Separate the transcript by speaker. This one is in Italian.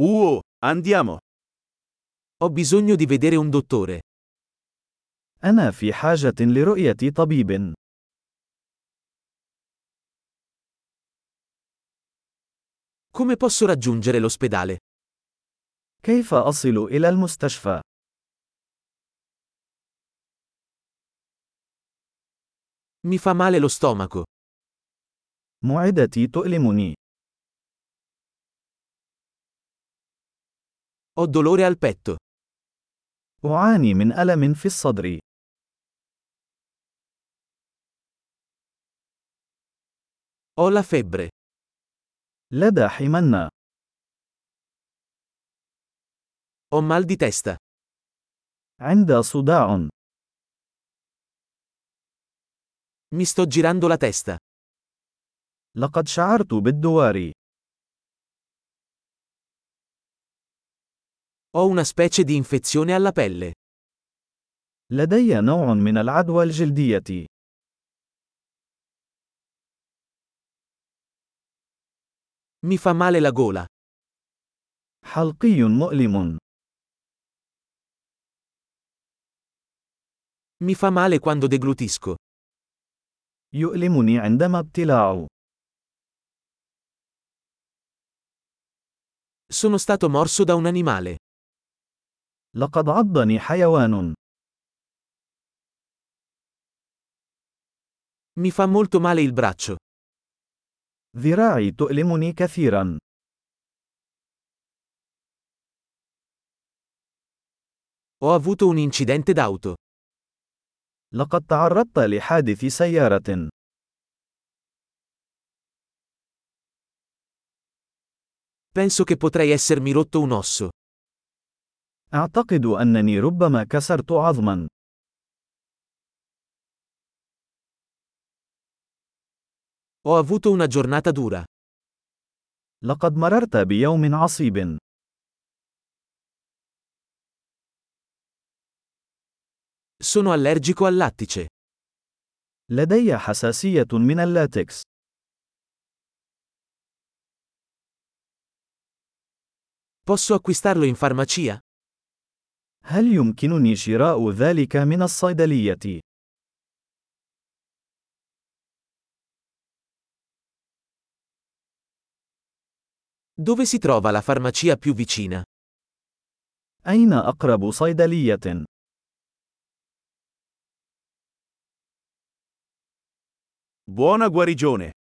Speaker 1: Uh, andiamo.
Speaker 2: Ho bisogno di vedere un dottore.
Speaker 3: أنا في حاجة لرؤية طبيب.
Speaker 2: Come posso raggiungere l'ospedale?
Speaker 3: كيف أصل إلى المستشفى؟
Speaker 2: Mi fa male lo stomaco.
Speaker 3: معدتي تؤلمني.
Speaker 2: Ho dolore al petto.
Speaker 3: أعاني من ألم في الصدر.
Speaker 2: Ho la febbre.
Speaker 3: لدى حمنة.
Speaker 2: Ho mal di testa.
Speaker 3: عند صداع.
Speaker 2: Mi sto girando la testa.
Speaker 3: لقد شعرت بالدوار.
Speaker 2: Ho una specie di infezione alla pelle.
Speaker 3: لدي نوع من العدوى الجلدية.
Speaker 2: Mi fa male la gola.
Speaker 3: حلقي مؤلم.
Speaker 2: Mi fa male quando deglutisco.
Speaker 3: يؤلمني عندما ابتلاع.
Speaker 2: Sono stato morso da un animale.
Speaker 3: لقد عضني حيوان.
Speaker 2: Mi fa molto male il braccio.
Speaker 3: ذراعي تؤلمني كثيرا.
Speaker 2: Ho avuto un incidente d'auto.
Speaker 3: لقد تعرضت لحادث سيارة.
Speaker 2: Penso che potrei essermi rotto un osso.
Speaker 3: أعتقد أنني ربما كسرت عظما.
Speaker 2: Ho avuto una giornata dura.
Speaker 3: لقد مررت بيوم عصيب.
Speaker 2: Sono allergico al lattice.
Speaker 3: لدي حساسية من اللاتكس.
Speaker 2: Posso acquistarlo in farmacia?
Speaker 3: هل يمكنني شراء ذلك من الصيدلية؟
Speaker 2: Dove si trova la farmacia più vicina?
Speaker 3: أين أقرب صيدلية؟
Speaker 1: Buona guarigione.